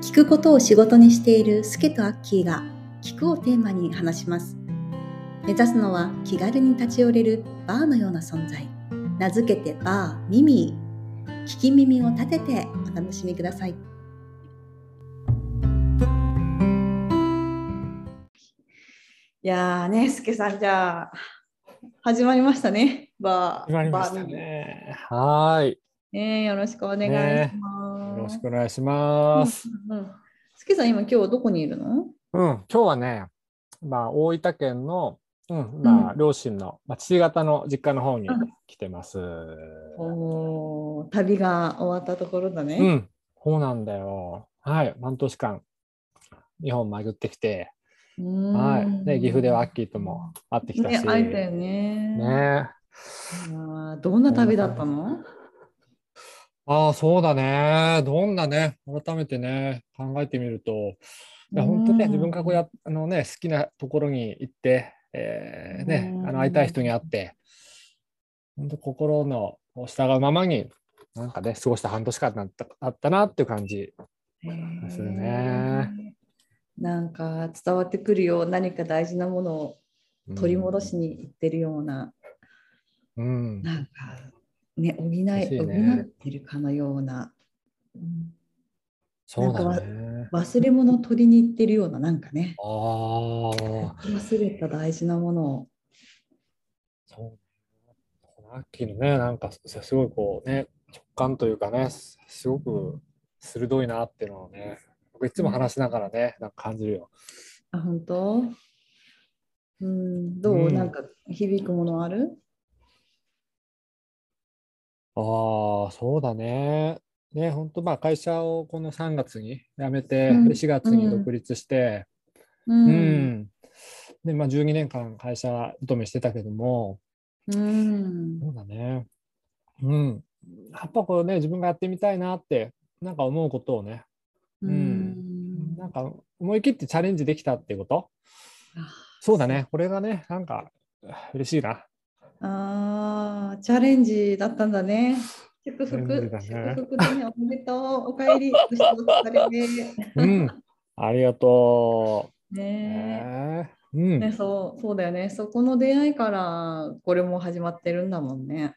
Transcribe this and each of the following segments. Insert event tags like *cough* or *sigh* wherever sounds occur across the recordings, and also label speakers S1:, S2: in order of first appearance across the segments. S1: 聞くことを仕事にしているスケとアッキーが聞くをテーマに話します目指すのは気軽に立ち寄れるバーのような存在名付けてバーミミー聞き耳を立ててお楽しみくださいいやーね、すけさん、じゃあ、始まりましたね、バー。
S2: 決まりましたね。はーい。
S1: バーね、よろしくお願いし
S2: よ
S1: ま
S2: ろ
S1: す。
S2: しくお願いします。
S1: うんうんすけさん、今、今日どこにいるの
S2: うん、今日はね、まあ、大分県の、うん、まあ、両親の、まあ、父方の実家の方に
S1: うん
S2: 来てます。う
S1: おー旅が終わったところだね。
S2: ん、そうなんだよ。はい、半年間、日本巡ってきて、
S1: うん
S2: はい。で、岐阜ではアッキーとも会ってきたし。
S1: ね、会えたよね。
S2: ね
S1: いやーどんな旅だったの
S2: ああ、そうだね。どんなね、改めてね、考えてみると、いや本当ね、
S1: うん
S2: 自分がこうやあの、ね、好きなところに行って、えーね
S1: う、ん
S2: あの会いたい人に会って、本当心の従うままに、なんかね、過ごした半年間だっただったなっていう感じ。するね
S1: へーなんか伝わってくるよう何か大事なものを
S2: うん
S1: 取り戻しに行ってるような、
S2: うん、
S1: なんかね補い
S2: 嬉しいね
S1: 補ってるかのような、うん
S2: そうだ
S1: なんか
S2: ね。
S1: 忘れ物を取りに行ってるようななんかね
S2: ああ、そ
S1: 忘れた大事なものを
S2: う。アッキーのね、なんかすすごいこうね、直感というかね、すすごく鋭いなっていうのをね、僕いつも話しながらね、なんか感じるよ。
S1: あ本当うんどう、
S2: うん
S1: なんか響くものある
S2: ああ、そうだね。ね、本当まあ会社をこの3月に辞めて、
S1: うん
S2: で4月に独立して、
S1: う
S2: うんん。で、まあ12年間会社勤めしてたけども、
S1: うん
S2: そうだね。うん。やっぱこうね、自分がやってみたいなって、なんか思うことをね、
S1: う
S2: うん
S1: ん
S2: なんか思い切ってチャレンジできたっていうこと。
S1: あ
S2: そうだね。これがね、なんか嬉しいな。
S1: あーチャレンジだったんだね。祝福、
S2: チャレンジだね
S1: 祝福だね。おめでとう。お帰
S2: *laughs*
S1: り。そしてお疲れで。
S2: うん。ありがとう。
S1: ね
S2: ねう
S1: えね
S2: ん。
S1: そう、そうだよね。そこの出会いからこれも始まってるんだもんね。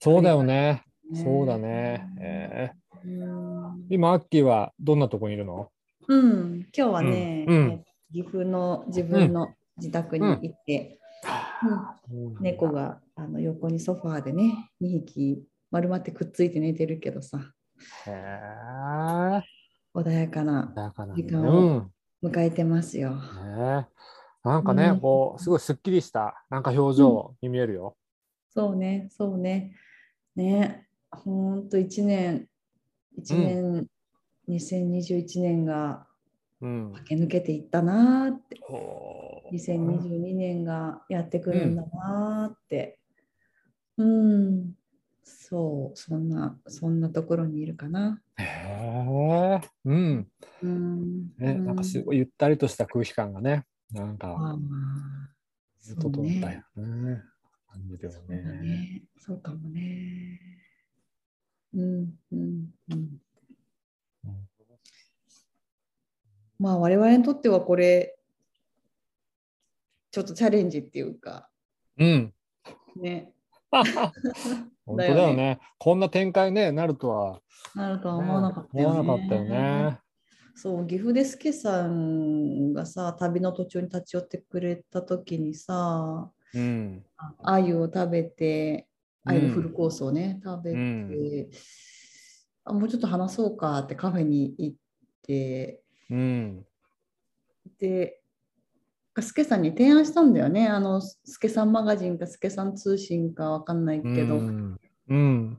S2: そうだよね。
S1: ね
S2: そうだね。えー
S1: うん、
S2: 今、アッキーはどんなとこにいるの
S1: うん今日はね、
S2: うんう
S1: 岐阜の自分の自宅に行って、うん猫があの横にソファーでね、2匹丸まってくっついて寝てるけどさ、
S2: へー
S1: 穏やかな
S2: だからね
S1: 時間
S2: う
S1: を
S2: ん
S1: 迎えてますよ。
S2: ねなんかね、
S1: うん
S2: こう、すごいすっきりした、なんか表情に見えるよ。
S1: そうね、そうね。ね、ほんと1年、1年、2021年が
S2: うん。
S1: 駆け抜けていったなーって、
S2: ほー
S1: 2022年がやってくるんだなーって。うん、そう、そんな、そんなところにいるかな。
S2: へーうん。
S1: うん。
S2: ね、
S1: う
S2: なんかすごいゆったりとした空気感がね、なんか、
S1: あーそ
S2: 整
S1: う
S2: った
S1: ね
S2: よ。ね。感じるよ
S1: そうだ
S2: ね。
S1: ね。そうかもね。うんうんうん
S2: うん。
S1: まあ我々にとってはこれちょっとチャレンジっていうか
S2: うん。
S1: ね
S2: 本当だよね。こんな展開ね、なるとは。
S1: なるとは
S2: ね
S1: 思わなかったよね。
S2: 思わなかったよね。
S1: そう岐阜でスケさんがさ旅の途中に立ち寄ってくれた時にさ
S2: うん。
S1: 鮎を食べて
S2: うん
S1: 鮎のフルコースをね、食べて、
S2: うん
S1: あもうちょっと話そうかってカフェに行って
S2: うん。
S1: でスケさんに提案したんだよねあのスケさんマガジンかスケさん通信かわかんないけど、
S2: うん。うん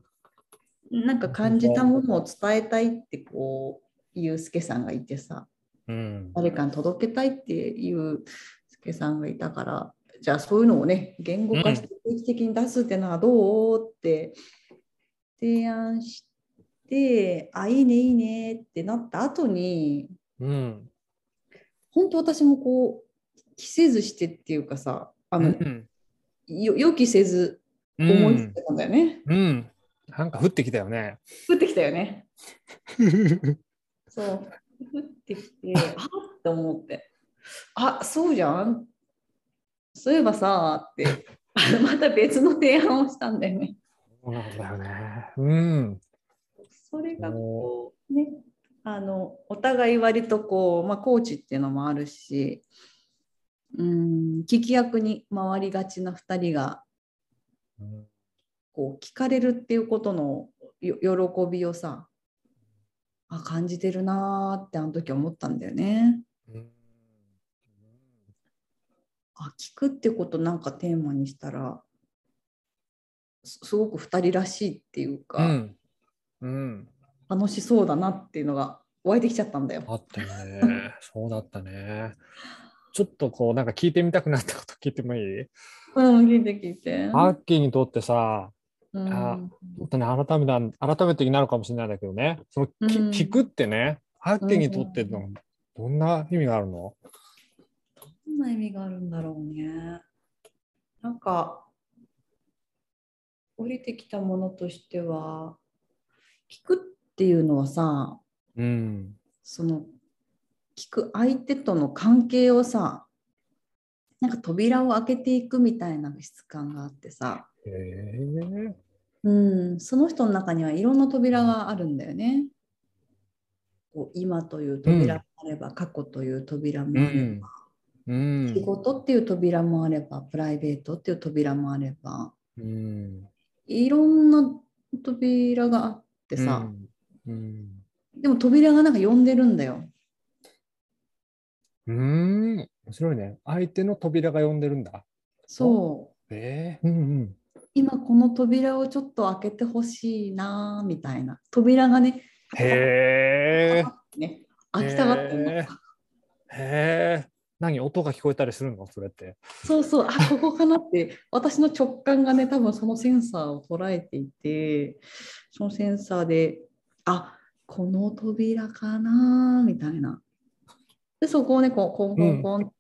S1: なんか感じたものを伝えたいってこういうスケさんがいてさ
S2: うん
S1: 誰かに届けたいっていうスケさんがいたからじゃあそういうのをね言語化して定期的に出すってのはどうって提案してあいいねいいねってなった後に
S2: うん。
S1: 本当私もこう着せずしてっていうかさあの、
S2: うん
S1: よ予期せず思いついたんだよね、 *laughs*
S2: うん。なんか降ってきたよね。
S1: *laughs* 降ってきたよねそう降ってきて、あっと思って、あそうじゃん。そういえばさ、って、 *laughs* また別の提案をしたんだよね。
S2: そうなんだよね。うん。
S1: それがこう、ね、あのお互い割とこう、まあ、コーチっていうのもあるし、うん、聞き役に回りがちな2人が
S2: うん
S1: こう聞かれるっていうことのよ喜びをさあ感じてるなーってあの時思ったんだよね。
S2: うん
S1: あ聞くってことなんかテーマにしたらすすごく2人らしいっていう
S2: う
S1: か、
S2: ん。うん。
S1: 楽しそうだなっていうのが湧いてきちゃったんだよ。
S2: あったね。そうだったね。ちょっとこう、なんか聞いてみたくなったこと聞いてもいい
S1: うん、聞いて聞いて。
S2: アッキーにとってさ、
S1: うん
S2: あ本当に改めて、改めてになるかもしれないんだけどね、そのき
S1: うん
S2: 聞くってね、アッキーにとってのどんな意味があるの
S1: どんな意味があるんだろうね。なんか降りてきたものとしては聞くっていうのはさ
S2: うん。
S1: その聞く相手との関係をさなんか扉を開けていくみたいな質感があってさ、
S2: へえ。
S1: うん、その人の中にはいろんな扉があるんだよね。こう今という扉もあれば、過去という扉もあれば、
S2: うん。
S1: 仕事っていう扉もあればプライベートっていう扉もあれば
S2: うん。
S1: いろんな扉があってさ、
S2: うん。
S1: でも扉がなんか呼んでるんだよ
S2: うん。うん。面白いね。相手の扉が呼んでるんだ。
S1: そ
S2: ええ。うん
S1: う今この扉をちょっと開けてほしいなーみたいな扉がね
S2: うん。へえ。
S1: ね開きたがってんの、
S2: へへえ。何音が聞こえたりするのそれって。
S1: そうそうあここかなって私の直感がね多分そのセンサーを捉えていてそのセンサーであこの扉かなみたいなでそこをねこうコンコンコン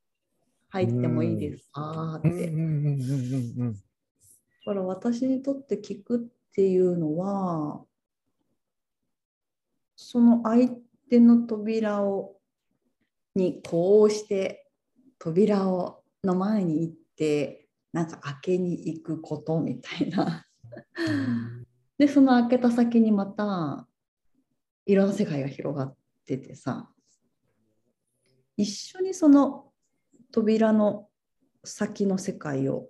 S1: 入ってもいいですか
S2: う
S1: っ
S2: んうん
S1: てだ
S2: うんうんうん
S1: から私にとって聞くっていうのはその相手の扉をにこうして扉をの前に行ってなんか開けに行くことみたいな
S2: うん。
S1: でその開けた先にまたいろんな世界が広がっててさ一緒にその扉の先の世界を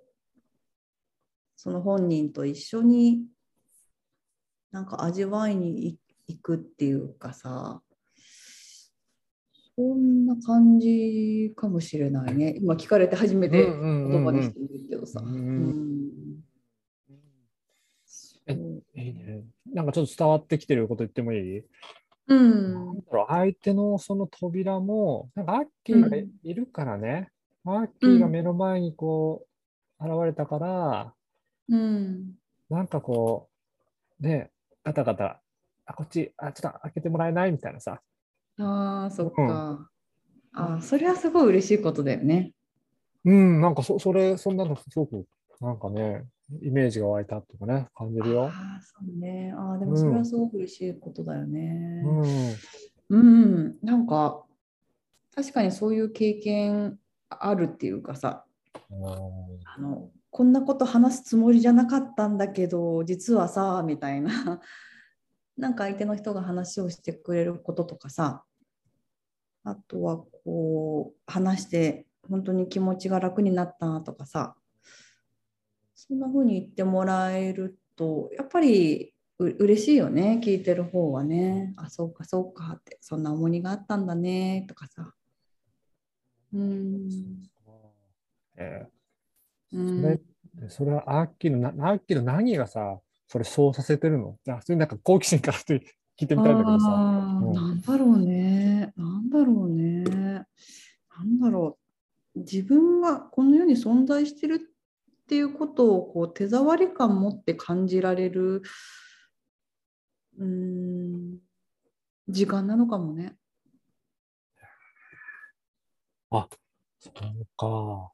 S1: その本人と一緒になんか味わいにい行くっていうかさそんな感じかもしれないね今聞かれて初めて
S2: うんうんうんう
S1: 言
S2: ん
S1: 葉にしてみるけどさ。
S2: う
S1: うんんそ
S2: え
S1: う
S2: いいね。なんかちょっと伝わってきてること言ってもいい、
S1: うん
S2: なんだろう相手のその扉も、なんかアッキーがいいるからね、アッキーが目の前にこう、現れたから、
S1: うん
S2: なんかこう、ね、ガタガタ、あ、こっち、あ、ちょっと開けてもらえないみたいなさ。
S1: ああ、そっ
S2: う
S1: か。ああ、それはすごい嬉しいことだよね。
S2: うん、なんかそ、それ、そんなのすごく、なんかね、イメージが湧いたっていうかね、感じるよ。
S1: ああ、そうね。ああ、で
S2: う
S1: も
S2: ん
S1: それはすごく嬉しいことだよね。
S2: うん。
S1: うん、なんか、確かにそういう経験あるっていうかさ、あの、こんなこと話すつもりじゃなかったんだけど、実はさ、みたいな。 *laughs* なんか相手の人が話をしてくれることとかさ、あとはこう、話して本当に気持ちが楽になったとかさ、そんな風に言ってもらえると、やっぱりう嬉しいよね、聞いてる方はね。あ、そうか、そうかって、そんな重荷があったんだねとかさ。うん。
S2: え
S1: う
S2: ーそれ
S1: ん、
S2: それはアッキーのな、アッキーの何がさ、それそうさせてるのあ *laughs* 普通になんか好奇心から聞いてみたいんだけどさ。
S1: あー
S2: うん
S1: なんだろうね。なんだろうね。なんだろう。自分がこの世に存在してるっていうことをこう手触り感持って感じられるうーん時間なのかもね。
S2: そうか。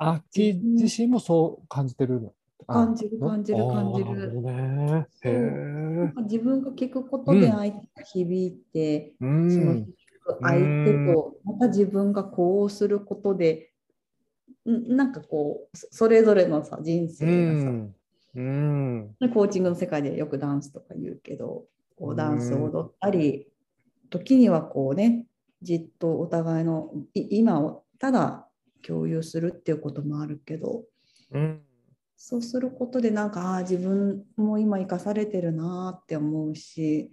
S2: アッキー自身もそう感じてるの。
S1: 感じる感じる
S2: あ
S1: 感じる
S2: なほどね。へえ。
S1: 自分が聞くことで
S2: うん
S1: 相手が響いて、
S2: う
S1: その
S2: ん
S1: 響。相手とまた自分がこうすることでんなんかこうそそれぞれのさ人
S2: う
S1: 生がさ、
S2: ん。うん。
S1: でコーチングの世界でよくダンスとか言うけどこ
S2: う
S1: うんダンスを踊ったり時にはこうねじっとお互いのい今をただ共有するっていうこともあるけど
S2: うん。
S1: そうすることでなんかあー自分も今生かされてるなーって思うし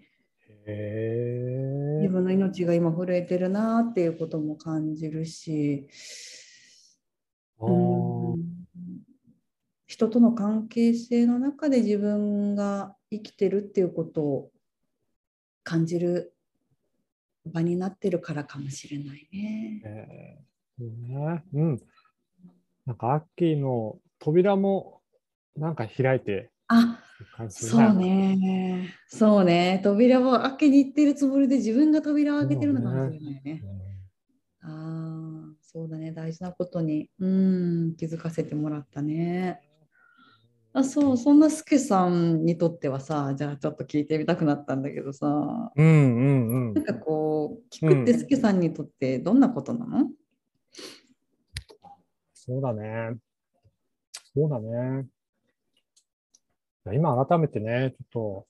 S2: へえ
S1: 自分の命が今震えてるなーっていうことも感じるし。
S2: あー
S1: 人との関係性の中で自分が生きてるっていうことを感じる場になってるからかもしれないね。
S2: えーそうね、うん。なんか、アッキーの扉も、なんか開いて
S1: あ
S2: る感じする
S1: そう。ねそうね扉を開けに行ってるつもりで自分が扉を開けてるのかもしれないね。ああそうだね大事なことにうん気づかせてもらったね。あそうそんなすけさんにとってはさじゃあちょっと聞いてみたくなったんだけどさ
S2: うんうんう
S1: なん
S2: ん。
S1: かこう聞くって
S2: うん
S1: すけさんにとってどんなことなの、
S2: そうだね。そうだね。今改めてね、ちょ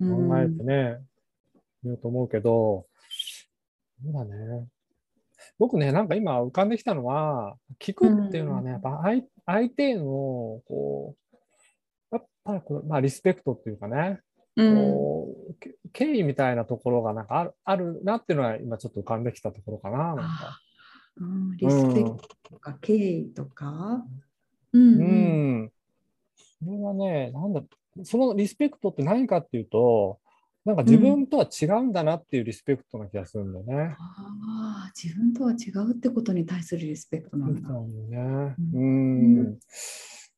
S1: う
S2: っと
S1: ん、
S2: 考えてね、言おうと思うけど、そうだね。僕ね、なんか今浮かんできたのは、聞くっていうのはね、
S1: うん
S2: やっぱ相相手の、こう、やっぱりこう、まあ、リスペクトっていうかね、
S1: うん
S2: こうけ敬意みたいなところがなんかあるあるなっていうのは今ちょっと浮かんできたところかな。なんか
S1: あーうんリスペクトとか敬意とか、うん
S2: う
S1: うん
S2: ん。それはね、なんだ、そのリスペクトって何かっていうと、なんか自分とは違うんだなっていうリスペクトな気がするんだよね。
S1: あー自分とは違うってことに対するリスペクトなんだ。
S2: そうだよね。
S1: う
S2: うん。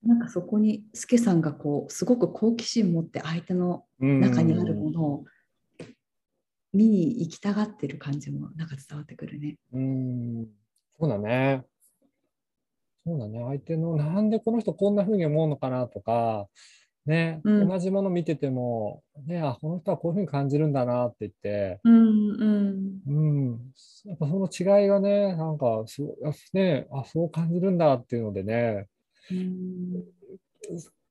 S1: なんかそこにすけさんがこうすごく好奇心持って相手の
S2: うん
S1: 中にあるものを見に行きたがってる感じもなんか伝わってくるね。
S2: うん。そうだね。そうだね。相手の、なんでこの人こんな風に思うのかなとか、ね、
S1: うん
S2: 同じもの見てても、ね、あ、この人はこういう風に感じるんだなって言って、
S1: うんうん
S2: うん、やっぱその違いがね、なんか、そう、あね、あ、そう感じるんだっていうのでね、
S1: うん、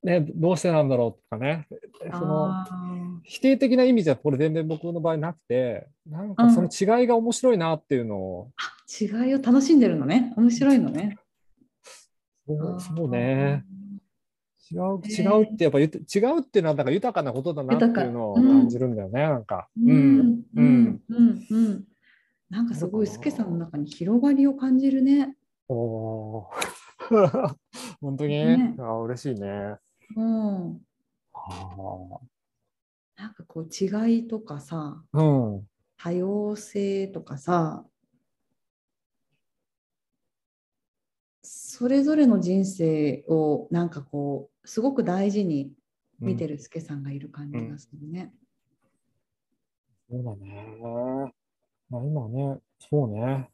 S2: ね、どうしてなんだろうとかね、その、
S1: あー
S2: 否定的な意味じゃこれ全然僕の場合なくて、なんかその違いが面白いなっていうのを、
S1: 違いを楽しんでるのね。面白いのね。
S2: そうそう
S1: あ
S2: ね。違う、
S1: へえ
S2: 違うって、やっぱ言って、違うっていうのは、なんか豊かなことだなっていうのを
S1: 豊かうん
S2: 感じるんだよね、なんか。
S1: ー。う
S2: うん。
S1: んうんうんうん。なんかすごい
S2: そう
S1: す
S2: か
S1: け
S2: な
S1: さんの中に広がりを感じるね。
S2: おー *laughs* 本当に、
S1: ね
S2: あ嬉しいね。
S1: うん。
S2: あ
S1: なんかこう違いとかさ、
S2: ーうん。
S1: 多様性とかさ、それぞれの人生をなんかこうすごく大事に見て
S2: る。
S1: るすけさんがいる感じがするね。
S2: そうだね。まあ、今ね、そうね。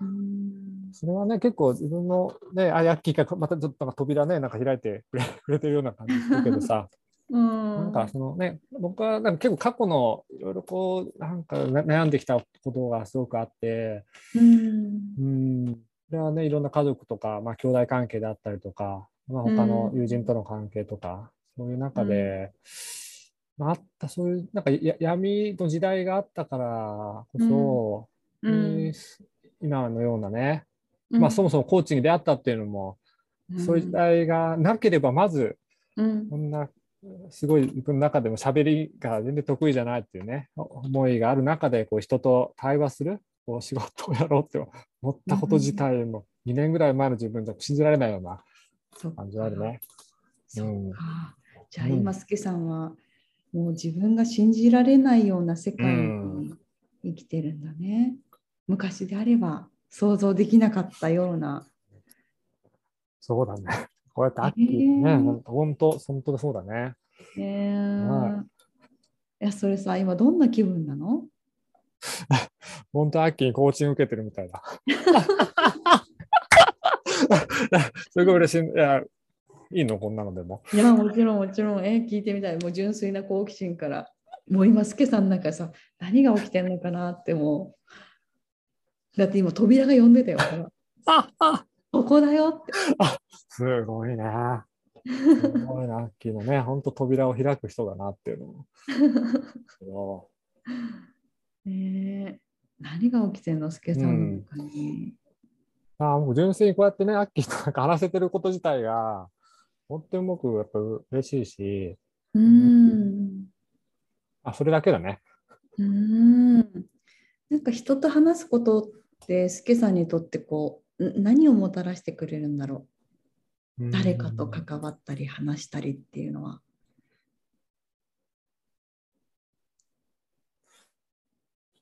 S1: うん
S2: それはね、結構自分の、ね、あ、ヤッキーがまたちょっとなんか扉ね、なんか開いてくれ *laughs* くれてるような感じするけどさ。
S1: うん
S2: なんかそのね、僕はなんか結構過去のいろいろこう、なんかな悩んできたことがすごくあって、
S1: うん
S2: うん、それはね、いろんな家族とか、まあ兄弟関係であったりとか、まあ他の
S1: うん
S2: 友人との関係とか、そういう中で、まああった、そういう、なんかや闇の時代があったからこそ、
S1: うん
S2: 今のようなね、まあそもそもコーチに出会ったっていうのも、
S1: うん
S2: そういう時代がなければまず
S1: うん
S2: こんなすごい僕の中でも喋りが全然得意じゃないっていうね思いがある中でこう人と対話するこう仕事をやろうって思ったこと自体も2年ぐらい前の自分じゃ信じられないような
S1: そっか
S2: 感じあるね。
S1: そっか。じゃあ
S2: うん
S1: 今、すけさんはもう自分が信じられないような世界に
S2: う
S1: 生きてるんだね。昔であれば想像できなかったような。
S2: そうだね。こうやってアッキ
S1: へ
S2: ー
S1: ー
S2: ね、ほん本当、本当そうだね。
S1: えー
S2: はい
S1: やそれさ、今どんな気分なの
S2: 本当、アッキーにコーチング受けてるみたいだ。 *laughs* すごい嬉しい。いや、いいの、こんなの
S1: *laughs*
S2: でも。
S1: いや、もちろん、もちろん、えー聞いてみたい。もう純粋な好奇心から。もう今、すけさんなんかさ、何が起きてんのかなってもだって今扉が呼んでたよ。ほら
S2: ああ
S1: ここだよって。
S2: すごいな。すごいな。昨日ね、本当扉を開く人だなっていうのも。けど
S1: ねえ何が起きてんの、すけさんの中に。
S2: ああ、もう純粋にこうやってね、アッキーと *laughs* なんか話せてること自体が、本当に僕、やっぱ嬉しいし、
S1: うん。
S2: あ、それだけだね。
S1: うん。なんか人と話すことって、すけさんにとってこう、ん何をもたらしてくれるんだろ
S2: うん
S1: う。誰かと関わったり、話したりっていうのは。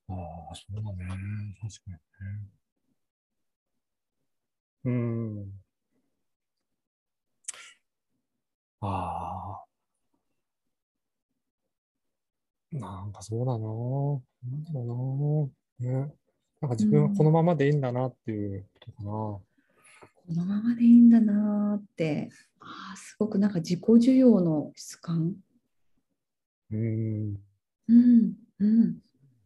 S2: ああ、そうだね。確かにね。うん。ああ。なんかそうだな。なんだろうな。ね。なんか自分はこのままでいいんだなっていうことかな。
S1: このままでいいんだなーって。あーすごくなんか自己需要の質感。
S2: うん。
S1: うん。うん。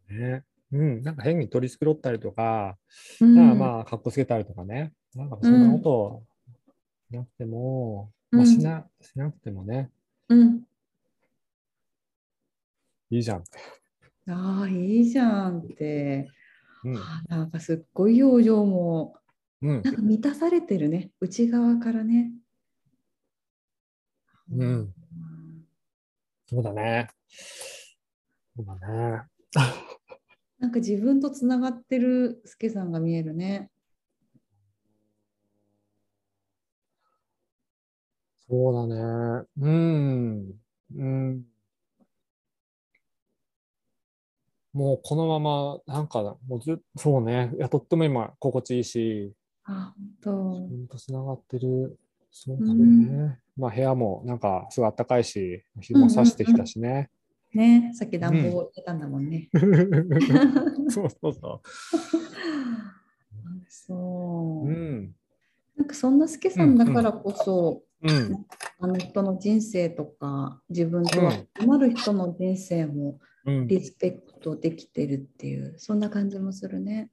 S2: ね。うん。なんか変に取り繕ったりとか、
S1: うん
S2: まあまあ、かっこつけたりとかね。なんかそんなことをしなくても、まあしな、しなくてもね、
S1: うん。
S2: いいじゃんって。
S1: ああ、いいじゃんって。
S2: うん。
S1: あーなんかすっごい表情も、
S2: うん
S1: な。んか満たされてるね。内側からね。
S2: うん。そうだね。そうだね。 *laughs*
S1: なんか自分とつながってるすけさんが見えるね。
S2: そうだね。うん。うん。もうこのまま、なんか、もうずそうね。いや、とっても今、心地いいし、
S1: あー、本
S2: ほんと繋がってる。そうだね。
S1: うん
S2: まあ、部屋も、なんか、すごい暖かいし、日も差してきたしね。
S1: 当。ね、さっき暖房言ってたんだもんね。
S2: *laughs* そうそうそ。
S1: そう
S2: う
S1: う。
S2: ん。
S1: なんかそんなすけさんだからこそ、
S2: うん。
S1: あの人の人生とか自分とは
S2: うん
S1: 異なる人の人生も
S2: うん。
S1: リスペクトできてるっていうそんな感じもするね。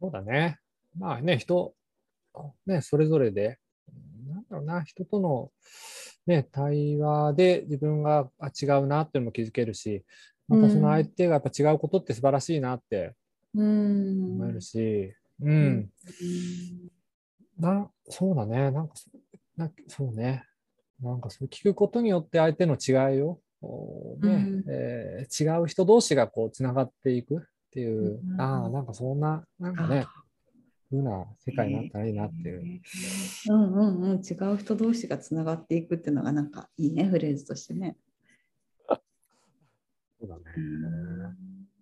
S2: そうだね。まあね、人、ね、それぞれで、なんだろうな、人との、ね、対話で自分があ違うなっていうのも気づけるし、またその相手がやっぱ違うことって素晴らしいなって
S1: うん。
S2: 思えるし、うん、
S1: ん
S2: な、そうだね、なんかそ、なそうね、なんかそう聞くことによって相手の違いを、こうね
S1: うん
S2: えー違う人同士がこうつながっていくっていう、
S1: うん
S2: ああ、なんかそんな、なんかね、ふうな世界になったらいいなっていう。
S1: うんうんうん違う人同士がつながっていくっていうのがなんかいいねフレーズとしてね。
S2: そうだね。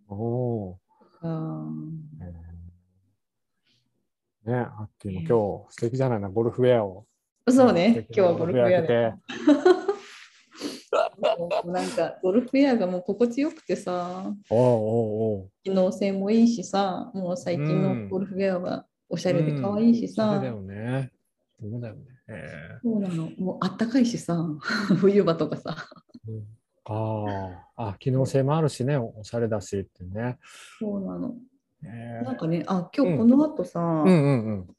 S1: うん
S2: おお
S1: あ
S2: ー。ね、アッキーも今日素敵じゃないな、ゴルフウェアを。
S1: ーそうね今日はゴルフウェアで。
S2: 着て。
S1: もうなんかゴルフウェアがもう心地よくてさ。
S2: おおおう
S1: 機能性もいいしさ、もう最近
S2: うん
S1: のゴルフウェアはおしゃれで可愛いし
S2: おう。
S1: さ、
S2: そうだよね。そうだよね。え
S1: そうなの、もうあったかいしさ、 *laughs* 冬場とかさ、
S2: ーうんああ、あ、機能性もあるしね、おおしゃれだしってね。
S1: そうなの。
S2: え
S1: なん
S2: ー
S1: かね、あ、今日この後さ、
S2: うんうんうん。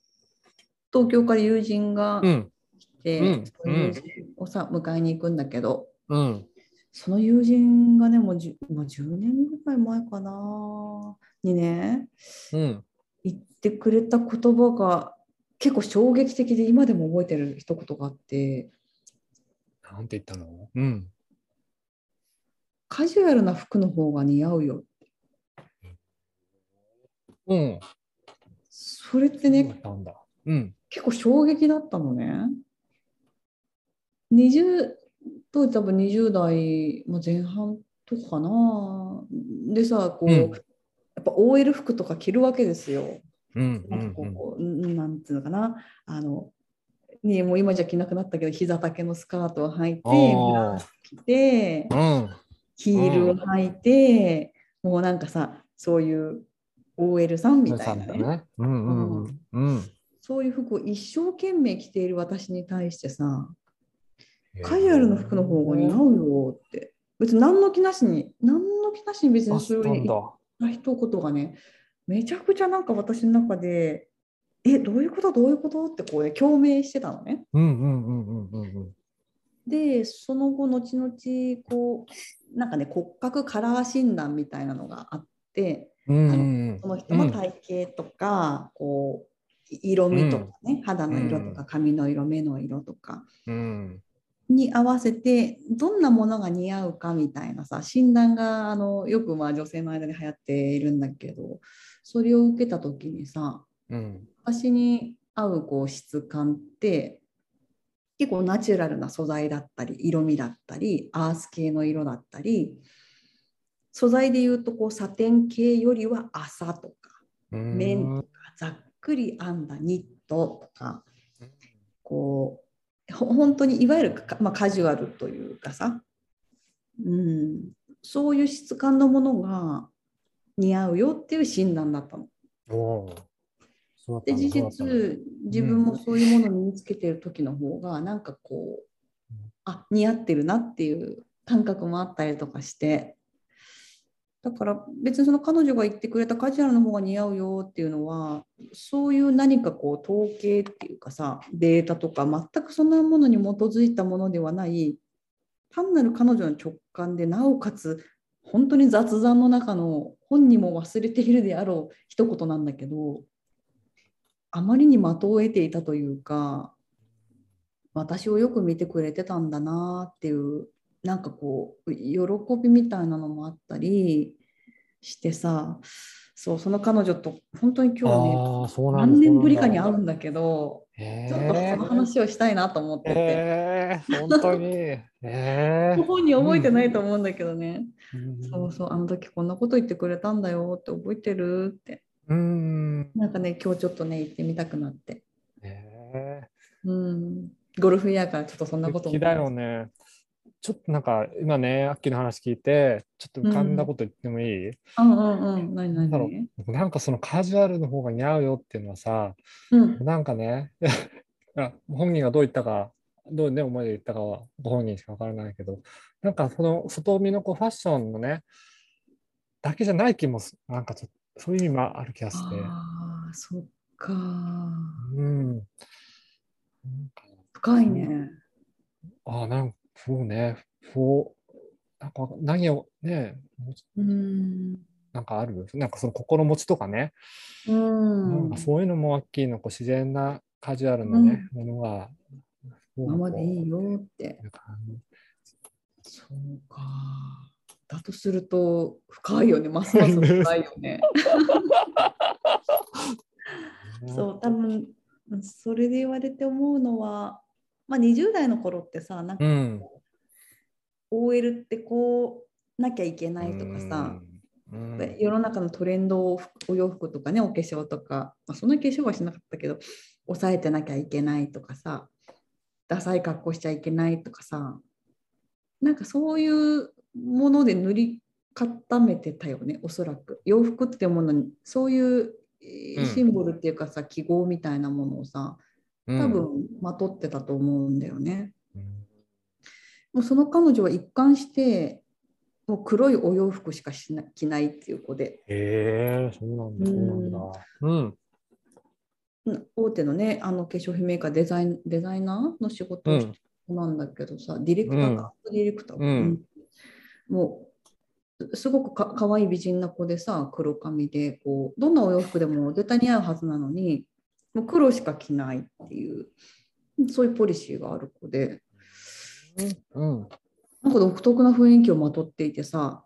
S1: 東京から友人が
S2: うん
S1: 来て、
S2: うん
S1: その友人をさ、迎えに行くんだけど、
S2: うん。
S1: その友人がね、もうじゅもう10年ぐらい前かな、にね、
S2: うん。
S1: 言ってくれた言葉が結構衝撃的で、今でも覚えてる一言があって、
S2: なんて言ったのうん。
S1: カジュアルな服の方が似合うよ
S2: うん。
S1: それって
S2: そうだっ
S1: ね、
S2: たんだ。うん。
S1: 結構衝撃だったのね。20当時多分20代も前半とかかな。でさ、こう、
S2: うん
S1: やっぱ OL 服とか着るわけですよ。
S2: うんう
S1: なんか
S2: んう。
S1: こうんこううんなんていうのかな。あのね、もう今じゃ着なくなったけど膝丈のスカートを履いて
S2: あ
S1: ブラウス着て
S2: ー
S1: ヒールを履いて、もうなんかさそういう OL さん
S2: うん。
S1: みたいな
S2: そうだ
S1: ね
S2: ね。うんうんうん。うん。
S1: そういう服を一生懸命着ている私に対してさ、カジュアルの服の方が似合うよって。別に何の気なしに、何の気なしに別
S2: あ
S1: に
S2: そ
S1: そうれを
S2: なん
S1: 言
S2: だ
S1: っ。た一言がね、めちゃくちゃなんか私の中で、え、どういうことどういうことってこうね、共鳴してたのね。
S2: うんうんうんうんうんうん。
S1: で、その後、後々、こう、なんかね、骨格カラー診断みたいなのがあって、
S2: うんうん
S1: その人の体型とか、こう、色味とかね、肌の色と
S2: う
S1: か髪の色、目の色とか、
S2: うん。
S1: に合わせてどんなものが似合うかみたいなさ診断があのよくまあ女性の間で流行っているんだけどそれを受けた時にさ
S2: うん。
S1: 私に合うこう質感って結構ナチュラルな素材だったり色味だったりアース系の色だったり素材で言うとこうサテン系よりは麻とか
S2: うん。
S1: 綿とかざっくり編んだニットとかこうほ本当にいわゆるか、まあ、カジュアルというかさ、うん、そういう質感のものが似合うよっていう診断だったの。
S2: おお。そうだった
S1: で
S2: んだ
S1: 事
S2: そ
S1: 実
S2: うだったんだ
S1: 自分もそういうものを身につけてる時の方がなんかこうあ似合ってるなっていう感覚もあったりとかしてだから別にその彼女が言ってくれたカジュアルの方が似合うよっていうのはそういう何かこう統計っていうかさデータとか全くそんなものに基づいたものではない単なる彼女の直感でなおかつ本当に雑談の中の本人も忘れているであろう一言なんだけどあまりに的を得ていたというか私をよく見てくれてたんだなっていうなんかこう喜びみたいなのもあったりしてさそうその彼女と本当に今日ね
S2: ああ、そうなんだ
S1: 何年ぶりかに会うんだけど
S2: え
S1: ちょっとその話をしたいなと思ってて、
S2: えー、本当
S1: *laughs*
S2: に。ええー。
S1: 本人覚えてないと思うんだけどね。
S2: うん
S1: そうそう、あの時こんなこと言ってくれたんだよって覚えてるって。
S2: うん。
S1: なんかね、今日ちょっとね、行ってみたくなって。
S2: ええ
S1: うん。ゴルフイヤーからちょっとそんな
S2: ー。
S1: こと
S2: 素敵だよね。ちょっとなんか今ね、アッキーの話聞いて、ちょっと浮かんだこと言ってもいい、
S1: うんうんうん。何何
S2: なんだろ
S1: 何
S2: なんかそのカジュアルの方が似合うよっていうのはさ、
S1: うん。
S2: なんかね、 *laughs* あ本人がどう言ったか、どうね、思いで言ったかはご本人しかわからないけど、なんかその外見のこうファッションのね、だけじゃない気もす、なんかちょっとそういう意味もある気がして。
S1: ああ、そっか。
S2: うん。なんか
S1: 深いね。
S2: あ、なんかそうね、そう、なんか何をね、
S1: うん。
S2: なんかある、なんかその心持ちとかね、
S1: う
S2: なん
S1: ん
S2: か。そういうのもアッキーのこう自然なカジュアルなね、ものが、
S1: 今までいいよって。
S2: なんかね
S1: そうか。だとすると、深いよね。ますます深いよね。 *laughs* そう多分それで言われて思うのは、まあ、20代の頃ってさなん
S2: う
S1: か
S2: ん。
S1: OL ってこうなきゃいけないとかさ、
S2: うん、
S1: で世の中のトレンドをお洋服とかねお化粧とか、まあ、そんな化粧はしなかったけど抑えてなきゃいけないとかさダサい格好しちゃいけないとかさなんかそういうもので塗り固めてたよねおそらく洋服ってものにそういうえー
S2: うん
S1: シンボルっていうかさ、記号みたいなものをさ、
S2: うん
S1: 多、分まとってたと思うんだよね。
S2: うん
S1: もうその彼女は一貫してもう黒いお洋服しかしな着ないっていう子で
S2: へえそうなんだ、そうなんだ。うん。
S1: うん大手のねあの化粧品メーカーデザインデザイナーの仕事をしてる子なんだけどさ、ディレクターか、ディレクターか、
S2: うん
S1: うんもうすごくか可愛い美人な子でさ黒髪でこうどんなお洋服でも絶対似合うはずなのにもう黒しか着ないっていうそういうポリシーがある子で。
S2: うん。
S1: なんか独特な雰囲気をまとっていてさ、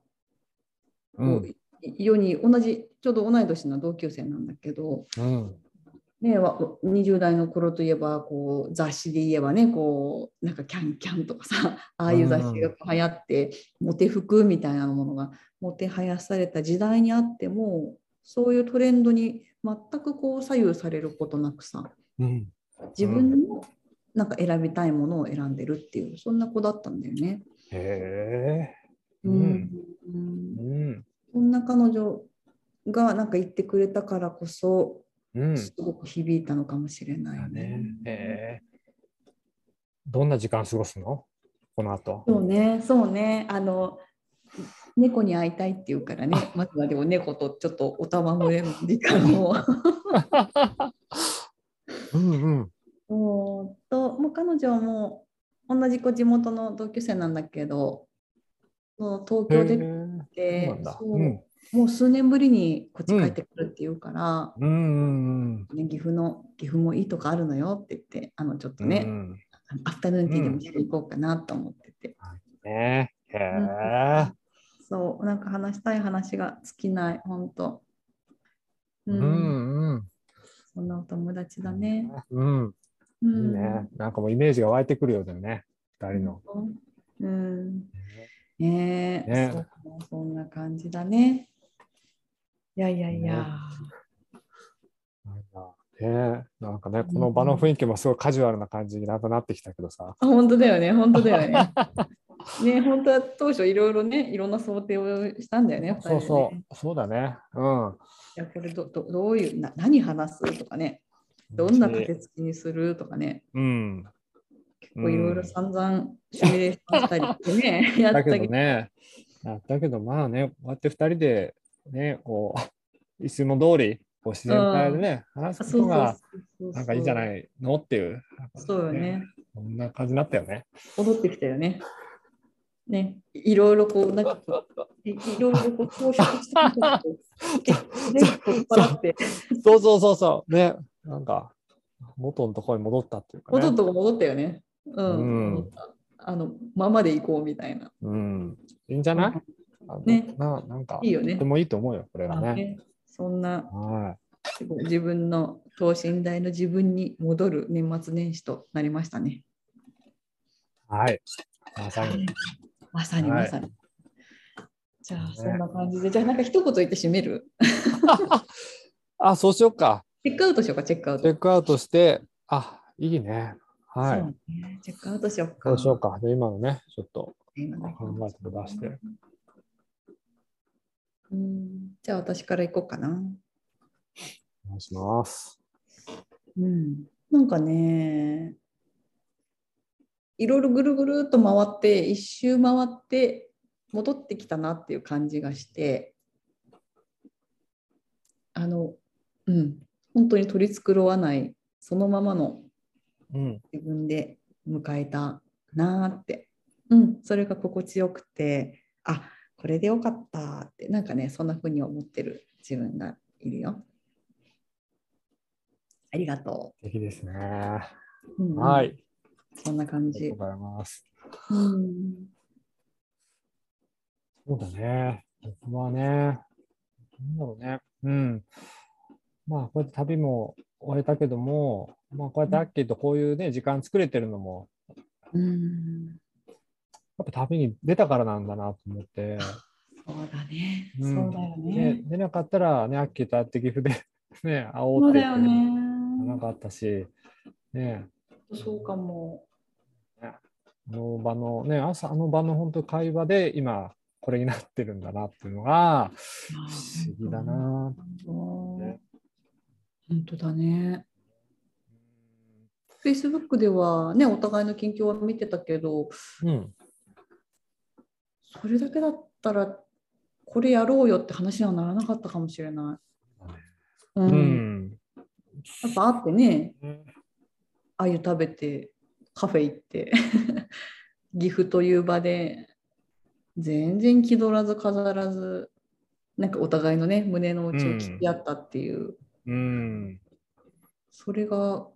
S2: う
S1: こ
S2: ん。
S1: う世に同じちょうど同い年の同級生なんだけど、
S2: うん。
S1: ね、わ20代の頃といえばこう雑誌で言えばねこうなんか「キャンキャン」とかさ *laughs* ああいう雑誌が流行って、モテ服みたいなものがもてはやされた時代にあってもそういうトレンドに全くこう左右されることなくさ
S2: うん。
S1: 自分のなんか選びたいものを選んでるっていうそんな子だったんだよね。
S2: へえ
S1: うん
S2: うん。
S1: そんな彼女がなんか言ってくれたからこそ、
S2: うん。
S1: すごく響いたのかもしれない
S2: だ
S1: よね
S2: ね。。へえどんな時間過ごすのこの後。
S1: そうね、そうね、あの。猫に会いたいって言うからね、まずはでも猫とちょっとおたまむれの時間
S2: *laughs*
S1: を。
S2: うんうん。
S1: もうともう彼女はもう同じ子地元の同級生なんだけど、もう東京出
S2: へー
S1: て
S2: そうなんだ。
S1: そう
S2: うん
S1: もう数年ぶりにこっち帰ってくるって言うから、
S2: うんうんうん。
S1: ね、岐阜の岐阜もいいとこあるのよって言って、あのちょっとね、
S2: うん
S1: アフタヌーンティーでもやり行こうかなと思ってて。
S2: ねえ。へえ。
S1: そう、なんか話したい話が尽きない、本当。う、
S2: うんんうん。
S1: そんなお友達だね。
S2: うん。
S1: う
S2: いい
S1: ん、
S2: ね。なんかもうイメージが湧いてくるようだよね。二人の。
S1: うん。ねえ、
S2: ね
S1: そうそんな感じだね。いやいやいや。
S2: ねなんかねえ。なんかね、この場の雰囲気もすごいカジュアルな感じになんかなってきたけどさ。
S1: あ本当だよね、本当だよ
S2: *laughs*
S1: ね。ね、本当は当初いろいろね、いろんな想定をしたんだよね。
S2: そう
S1: 二人で
S2: そ
S1: ね
S2: う。そうだね。うん。
S1: いや、これど、ど、どういう、な、何話すとかね。どんな立て付けにするとかね。
S2: うん。結
S1: こういろいろ散々シミュレーションしたりしてね、やった
S2: だ
S1: けど
S2: けどね、だだけどまあね、こうやって2人でね、こう、 *laughs* いつも通り、こう自然体でね、話すこ
S1: そう
S2: とが、
S1: そうそうそう
S2: なんかいいじゃないのっていう、
S1: そうよね。
S2: こんな感じになったよね。
S1: 戻ってきたよね。ね、いろいろこう、なんかこう、いいろいろこう、装飾してみたけど結構取っ払って、
S2: そうそうそうそう、ね、なんか、元のところに戻ったっていうか、ね。
S1: 戻ったとこ戻ったよね。うん。
S2: うん
S1: 戻ったあの、ままで行こうみたいな。
S2: うん。いいんじゃないあの
S1: ね
S2: ななんか、
S1: いいよね
S2: とてもいいと思うよ、これ
S1: あ
S2: はね。
S1: ねそんな
S2: は
S1: すごい自分の等身大の自分に戻る年末年始となりましたね。
S2: い。はい。まさに。
S1: まさに
S2: はい
S1: まさに。じゃあ、
S2: ね
S1: そんな感じで、じゃあ、なんか一言言って締める。
S2: あ、そうしようか。
S1: チェックアウトしようか、チェックアウ
S2: チェ
S1: ト。
S2: ックアウトして、あ、いいね。はい。
S1: そうねチェックアウトしようか。
S2: どうしようか。で今のね、ちょっと
S1: 今ね
S2: 考えて出して。
S1: うんじゃあ、私から行こうかな。
S2: お願いします。
S1: うん。なんかね、いろいろぐるぐるっと回って、一周回って、戻ってきたなっていう感じがして、あの、うん、本当に取り繕わない、そのままの
S2: うん。
S1: 自分で迎えたなーって、うん、それが心地よくてあこれでよかったってなんかねそんな風に思ってる自分がいるよ。ありがと
S2: 素敵ですね。
S1: う。うんうん
S2: はい。あり
S1: そんな感
S2: がと
S1: じ
S2: う。ございます。
S1: うん、
S2: そうだね。僕はね、なんだろうね。うん。まあ、こうやって旅も終えたけども、まあ、こうやってアッキーとこういうね、時間作れてるのも、
S1: うん、
S2: やっぱ旅に出たからなんだなと思って。
S1: そうだね。
S2: うん
S1: そうだよ
S2: ね
S1: ね。
S2: 出なかったら、ね、アッキーと会って岐阜で *laughs* ね、会お
S1: そうう
S2: って
S1: だ
S2: 言
S1: よ
S2: って
S1: ね。
S2: なんかあったし、ね、
S1: そうかも。
S2: あの場のね、朝あの場の本当会話で今これになってるんだなっていうのが不思議だな。
S1: 本当だね。フェイスブックではね、お互いの近況は見てたけど、
S2: うん、
S1: それだけだったら、これやろうよって話にはならなかったかもしれない。う
S2: うんん、
S1: やっぱあってね、
S2: うん、
S1: あゆ食べて、カフェ行って、 *laughs* 岐阜という場で、全然気取らず飾らず、なんかお互いのね、胸の内を聞き合ったっていう、
S2: うん、
S1: それが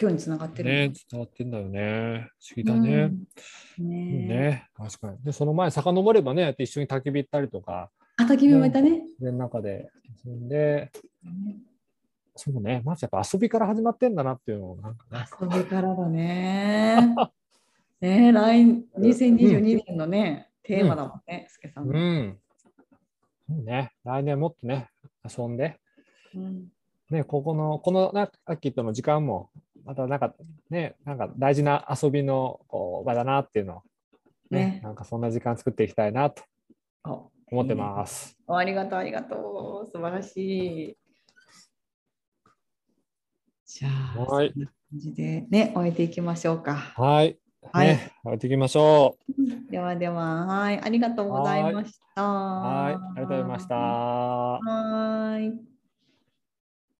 S1: 今日につながってる。
S2: ね、伝わってんだよね。不思議だね。
S1: うん。
S2: う
S1: ね
S2: んね、確かに。で、その前遡ればね、一緒に焚き火行ったりとか、
S1: あ、焚き火もいたね。
S2: で中で遊んで、そうね、まずやっぱ遊びから始まってんだなっていうのをなんかね。
S1: 遊びからだね。 *laughs* ねえ、来2022年のね、テーマだもんね、すけさん
S2: う
S1: の。
S2: ん。そうね、来年もっとね、遊んで、
S1: うん
S2: ね、ここの、このな、さっきとの時間も、またなんか、ね、なんか大事な遊びのこう場だなっていうのを、ね
S1: ね
S2: なんかそんな時間作っていきたいなと
S1: お
S2: 思ってます。
S1: おありがとう、ありがとう。素晴らしい。じゃあ、
S2: はい
S1: そんな感じでね、終えていきましょうか。
S2: はい。
S1: はい
S2: ね、やっていきましょう。
S1: ではでは、はい、ありがとうございました。
S2: はい、ありがとうございました。
S1: はい。